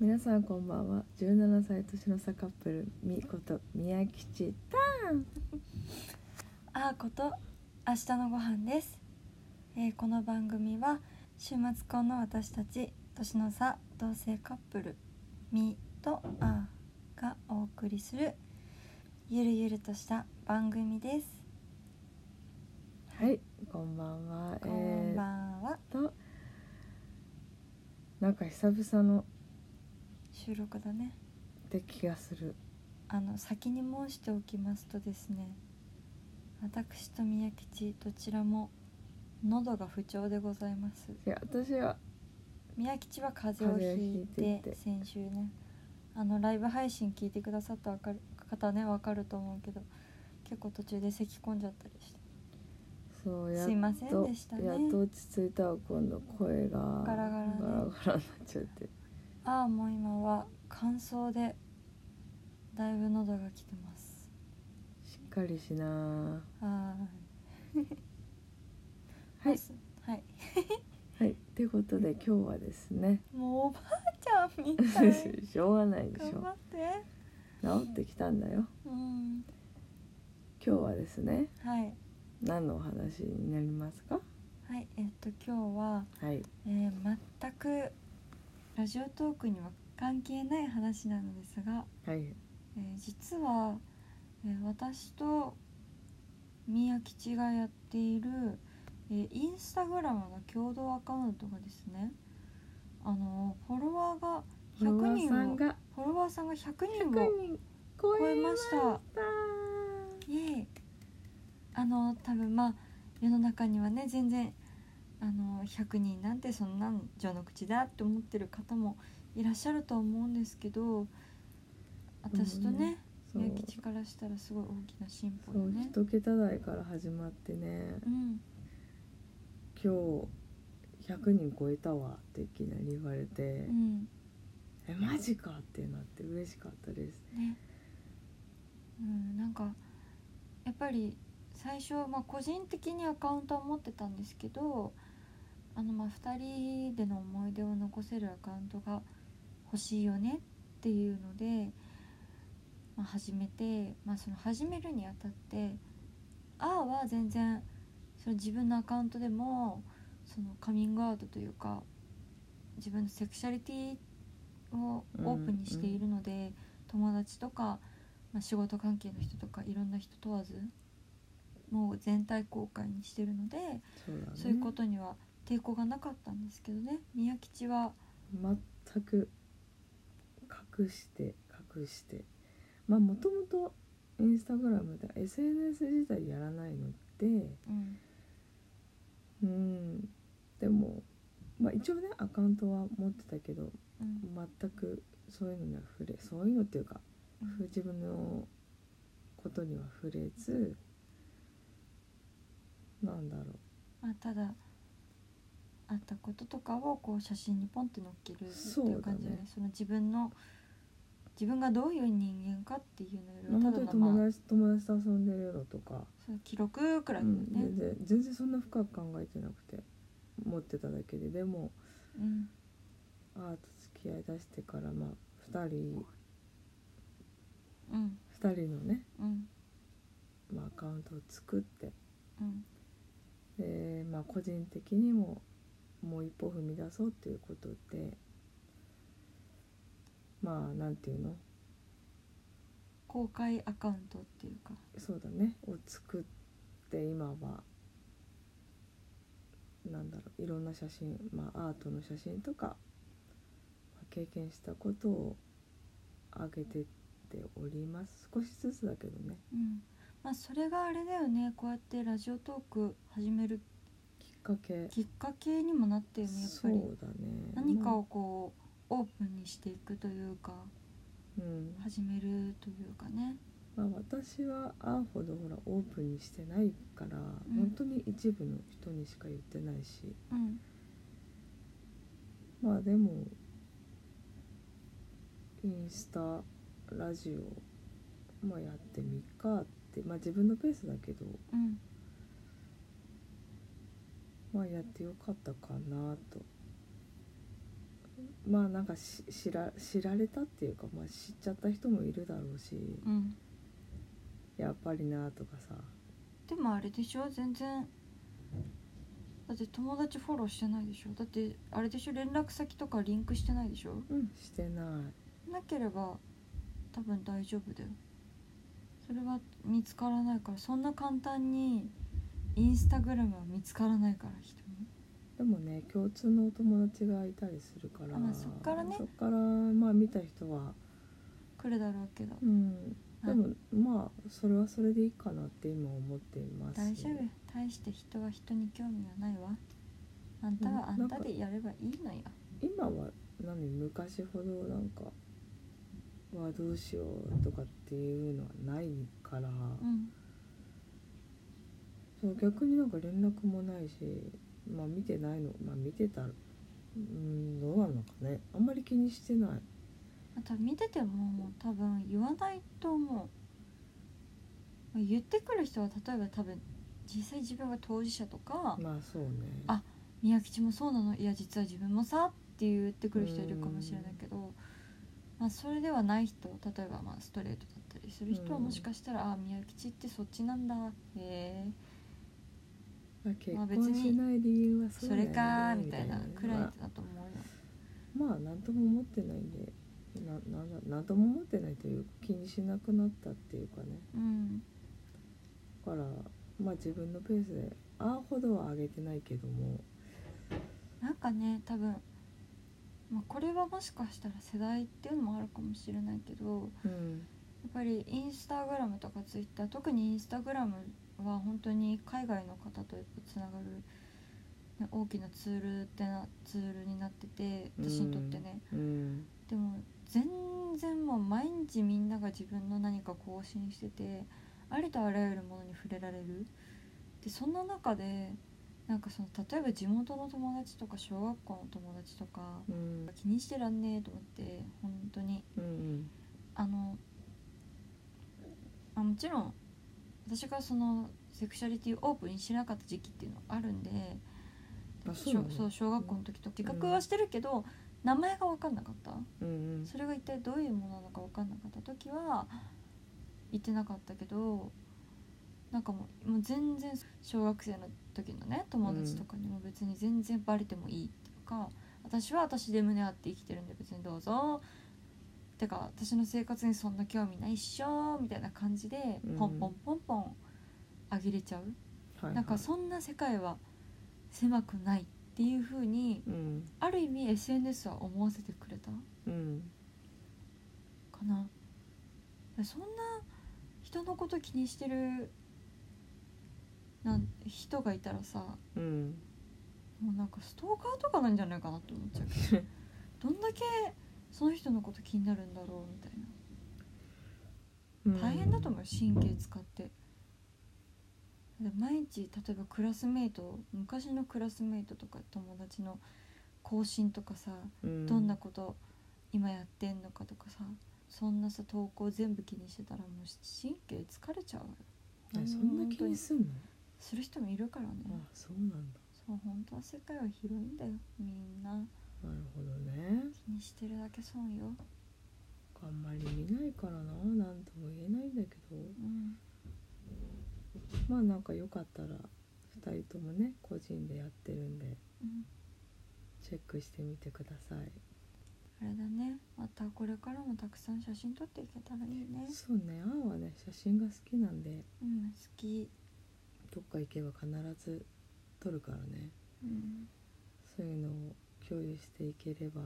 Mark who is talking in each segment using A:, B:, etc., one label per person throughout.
A: 皆さんこんばんは17歳年の差カップルみこと宮吉
B: あーこと明日のご飯です、えーこの番組は週末婚の私たち年の差同性カップルみとあーがお送りするゆるゆるとした番組です
A: はいこんばんは
B: こんばんは
A: えー、となんか久々の
B: 収録だね
A: って気がする
B: あの先に申しておきますとですね私と宮吉どちらも喉が不調でございます
A: いや私は
B: 宮吉は風邪をひい
A: 風邪をひい
B: て
A: てて
B: 先週ねあのライブ配信聞いてくださったわかる方ねわかると思うけど結構途中で咳き込んじゃったりして
A: そうやっ
B: すいません
A: と
B: でしたね
A: やっと落ち着いたわ今度声が
B: ガラガラね
A: ガラガラになっちゃって
B: ああもう今は乾燥でだいぶ喉がきてます
A: しっかりしな
B: はーい
A: はい
B: まずはい
A: はいということで今日はですね
B: もうおばあちゃんみた い
A: しょうがないでし
B: 頑張
A: ょ
B: って
A: 治ってきたんだよ
B: う
A: 今
B: ん
A: 日はですね
B: はい
A: 何のお話になりますか
B: はいえっと今日は、
A: はい
B: えー全くラジオトークには関係ない話なのですが、
A: はい
B: えー実は、えー私と宮吉がやっている、えーインスタグラムの共同アカウントがですねあのフォロワーが
A: フォロワ
B: 100
A: ー
B: 人
A: さん
B: を
A: が
B: フォロワーさんが
A: 100
B: 100人を
A: 人超
B: 超
A: え
B: え
A: ま
B: ま
A: し
B: したた。イエイあの多分まあ世の中にはね全然あの100人なんてそんなん序の口だって思ってる方もいらっしゃるとは思うんですけど私とね、
A: そう
B: 宮吉からしたらすごい大きな進歩
A: そ
B: だ
A: う
B: ね。
A: 一桁台から始まってね
B: うん、
A: 今日100人超えたわっていきなり言われて、
B: うん
A: えマジかってなって嬉しかったです
B: ねうん、なんかやっぱり最初、まあ、個人的にアカウントは持ってたんですけどあのまあ2人での思い出を残せるアカウントが欲しいよねっていうので、まあ、始めて、まあ、その始めるにあたって「あ」は全然その自分のアカウントでもそのカミングアウトというか自分のセクシャリティをオープンにしているので。友達とか、まあ、仕事関係の人とかいろんな人問わずもう全体公開にしてるので、
A: そうだね
B: そういうことには抵抗がなかったんですけどね宮吉は
A: 全く隠して隠してまあもともとインスタグラムで SNS 自体やらないので、
B: うん
A: うんでも、まあ、一応ねアカウントは持ってたけど
B: うん
A: 全くそういうのには触れそういうのっていうかふ自分のことには触れずなんだろう
B: まあ、ただあったこととかをこう写真にポンって載っけるって
A: そう
B: い
A: だね
B: う感じで、ねその自分の自分がどういう人間かっていうのよ
A: 本当
B: りは
A: に
B: ただの、まあ
A: 友達友達と遊んでるのとか、
B: その記録くら
A: う
B: いだよ
A: ん、全。
B: ね
A: 然全然そんな深く考えてなくて持ってただけででも
B: うん
A: アート付き合いだしてからまあ2人
B: うん
A: 2人のね、
B: うん
A: まあ、アカウントを作って
B: うん
A: でまあ個人的にももう一歩踏み出そうっていうことでまあなんていうの
B: 公開アカウントっていうか。
A: そうだねを作って今はなんだろういろんな写真、まあ、アートの写真とか、まあ経験したことを上げてっております少しずつだけどね
B: うんまあそれがあれだよねこうやってラジオトーク始める
A: きっかけ
B: きっかけにもなったよねやっぱ
A: そう
B: り
A: だね
B: 何か
A: まあ
B: をこうオープンにしていくというか
A: うん
B: 始めるというかね
A: まあ、私はあーほどほらオープンにしてないから、
B: うん
A: 本当に一部の人にしか言ってないし
B: うん
A: まあでもインスタラジオ、まあ、やってみっかってまあ自分のペースだけど、
B: うん
A: まあ、やってよかったかなとまあなんかし知ら知られたっていうか、まあ、知っちゃった人もいるだろうし、
B: うん
A: やっぱりなとかさ
B: でもあれでしょ全然だって友達フォローしてないでしょだってあれでしょ連絡先とかリンクしてないでしょ
A: うんしてな
B: なければ多分大丈夫だよそれは見つからないからそんな簡単にインスタグラムは見つからないから人に
A: いでもね共通のお友達がいたりするから
B: あまあそっからね
A: そっからまあ見た人は
B: 来るだろうけど
A: うん
B: は
A: で
B: い
A: もまあそれはそれでいいかなって今思っています
B: 大丈夫大して人は人に興味はないわあんたはあんたでやればいいのよ
A: 今は何昔ほどなんかはどうしようとかっていうのはないから、
B: うん
A: そう逆になんか連絡もないしまあ見てないのまあ見てたうんどうなのかねあんまり気にしてない
B: あと見ててももう多分言わないと思うまあ言ってくる人は例えば多分実際自分が当事者とか
A: まあそうね
B: あ宮吉もそうなのいや実は自分もさって言ってくる人いるかもしれないけど、まあ、それではない人例えばまあストレートだったりする人は
A: うん
B: もしかしたら、ああ宮吉ってそっちなんだへえ
A: まあ結
B: まあ別
A: 婚
B: に
A: しない理由は
B: そ,、
A: そうだよ
B: れ
A: ね
B: かみたいなくらい
A: まあ
B: だと思うよ、
A: まあ何とも思ってないんでななんだ何とも思ってないというか気にしなくなったっていうかね
B: うん
A: だからまあ自分のペースでああほどは上げてないけども
B: なんかね多分、まあ、これはもしかしたら世代っていうのもあるかもしれないけど
A: うん
B: やっぱりインスタグラムとかツイッター特にインスタグラムは本当に海外の方とやっぱつながるね大きなツールってなツールになってて私にとってね、
A: うん
B: でも全然もう毎日みんなが自分の何か更新しててありとあらゆるものに触れられるでそんな中でなんかその例えば地元の友達とか小学校の友達とか
A: うん
B: 気にしてらんねえと思って本当に
A: うん
B: あのあもちろん私がそのセクシャリティをオープンにしなかった時期っていうのはあるんで
A: あそう
B: 小
A: なの
B: そう小学校の時と自覚はしてるけど、名前が分かんなかった
A: うん
B: それが一体どういうものなのか分かんなかった時は言ってなかったけどなんかもうもう全然小学生の時のね友達とかにも別に全然バレてもいいっていうか、私は私で胸張って生きてるんで別にどうぞてか私の生活にそんな興味ないっしょみたいな感じで
A: うん
B: ポンポンポンポンあげれちゃう、
A: はい
B: なんかそんな世界は狭くないっていう風に
A: うん
B: ある意味 SNS は思わせてくれた。
A: うん
B: かなそんな人のこと気にしてるなん人がいたらさ
A: うん
B: もうなんかストーカーとかなんじゃないかなって思っちゃうけどどんだけその人のこと気になるんだろうみたいな大変だと思うよ神経使ってで毎日例えばクラスメイト昔のクラスメイトとか友達の更新とかさ
A: うん
B: どんなこと今やってんのかとかさそんなさ投稿全部気にしてたらもう神経疲れちゃう
A: え
B: よ
A: そんな気にすんの
B: する人もいるからね
A: あそうなんだ
B: そう本当は世界は広いんだよみんな
A: なるほどね
B: 気にしてるだけ損よ
A: あんまり見ないからななんとも言えないんだけど
B: うん
A: まあなんかよかったら2人ともね個人でやってるんで
B: うん
A: チェックしてみてください
B: あれだねまたこれからもたくさん写真撮っていけたらいいね
A: そうねあーはね写真が好きなんで
B: うん好き
A: どっか行けば必ず撮るからね
B: うん
A: そういうのを共有していければ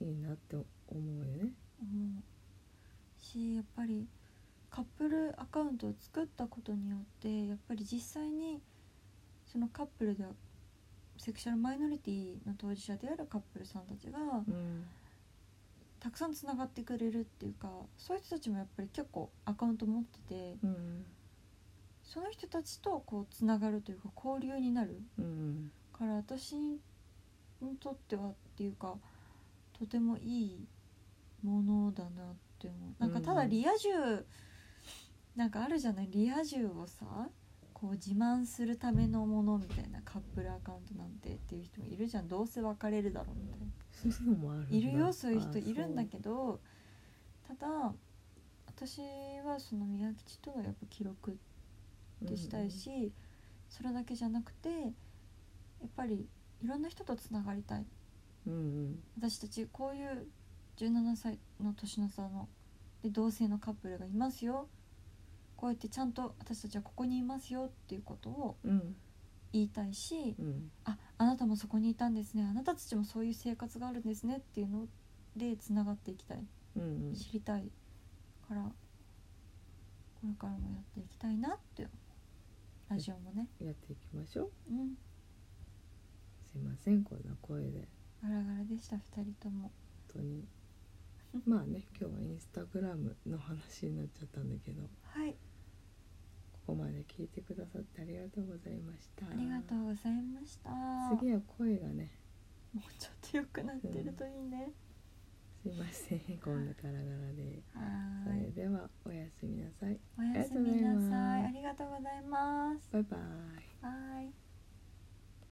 A: いいなって思うよね
B: 思うしやっぱりカップルアカウントを作ったことによってやっぱり実際にそのカップルではセクシャルマイノリティの当事者であるカップルさんたちが
A: うん
B: たくさんつながってくれるっていうかそういう人たちもやっぱり結構アカウント持ってて
A: うん
B: その人たちとこうつながるというか交流になる
A: うん
B: から私にとってはっていうかとてもいいものだなって思うなんかただ
A: うん
B: リア充、なんかあるじゃないリア充をさこう自慢するためのものみたいなカップルアカウントなんてっていう人もいるじゃんどうせ別れるだろうみたいな。
A: そういうのもあるんだ
B: いるよそういう人
A: あ
B: いるんだけどただ私はその宮吉とのやっぱ記録ってしたいし、それだけじゃなくてやっぱりいろんな人とつながりたい
A: そううん
B: 私たちこういう17歳の年の差ので同性のカップルがいますよこうやってちゃんと私たちはここにいますよっていうことを
A: うんうん
B: 言いたいし
A: うん
B: ああなたもそこにいたんですねあなたたちもそういう生活があるんですねっていうのでつながっていきたい
A: うんうん
B: 知りたいからこれからもやっていきたいなってラジオもね
A: やっていきましょう
B: うん
A: すいませんこんな声で
B: ガラガラでした2人とも
A: 本当 にまあね今日はインスタグラムの話になっちゃったんだけど
B: はい
A: ここまで聞いてくださってありがとうございました
B: ありがとうございました
A: 次は声がね
B: もうちょっと良くなってるといいね、
A: すいませんこんなガラガラでそ
B: は
A: れ
B: ーい
A: ではおやすみなさい
B: おやすみなさい
A: あ
B: ありがとうございます
A: バイバイ
B: バイ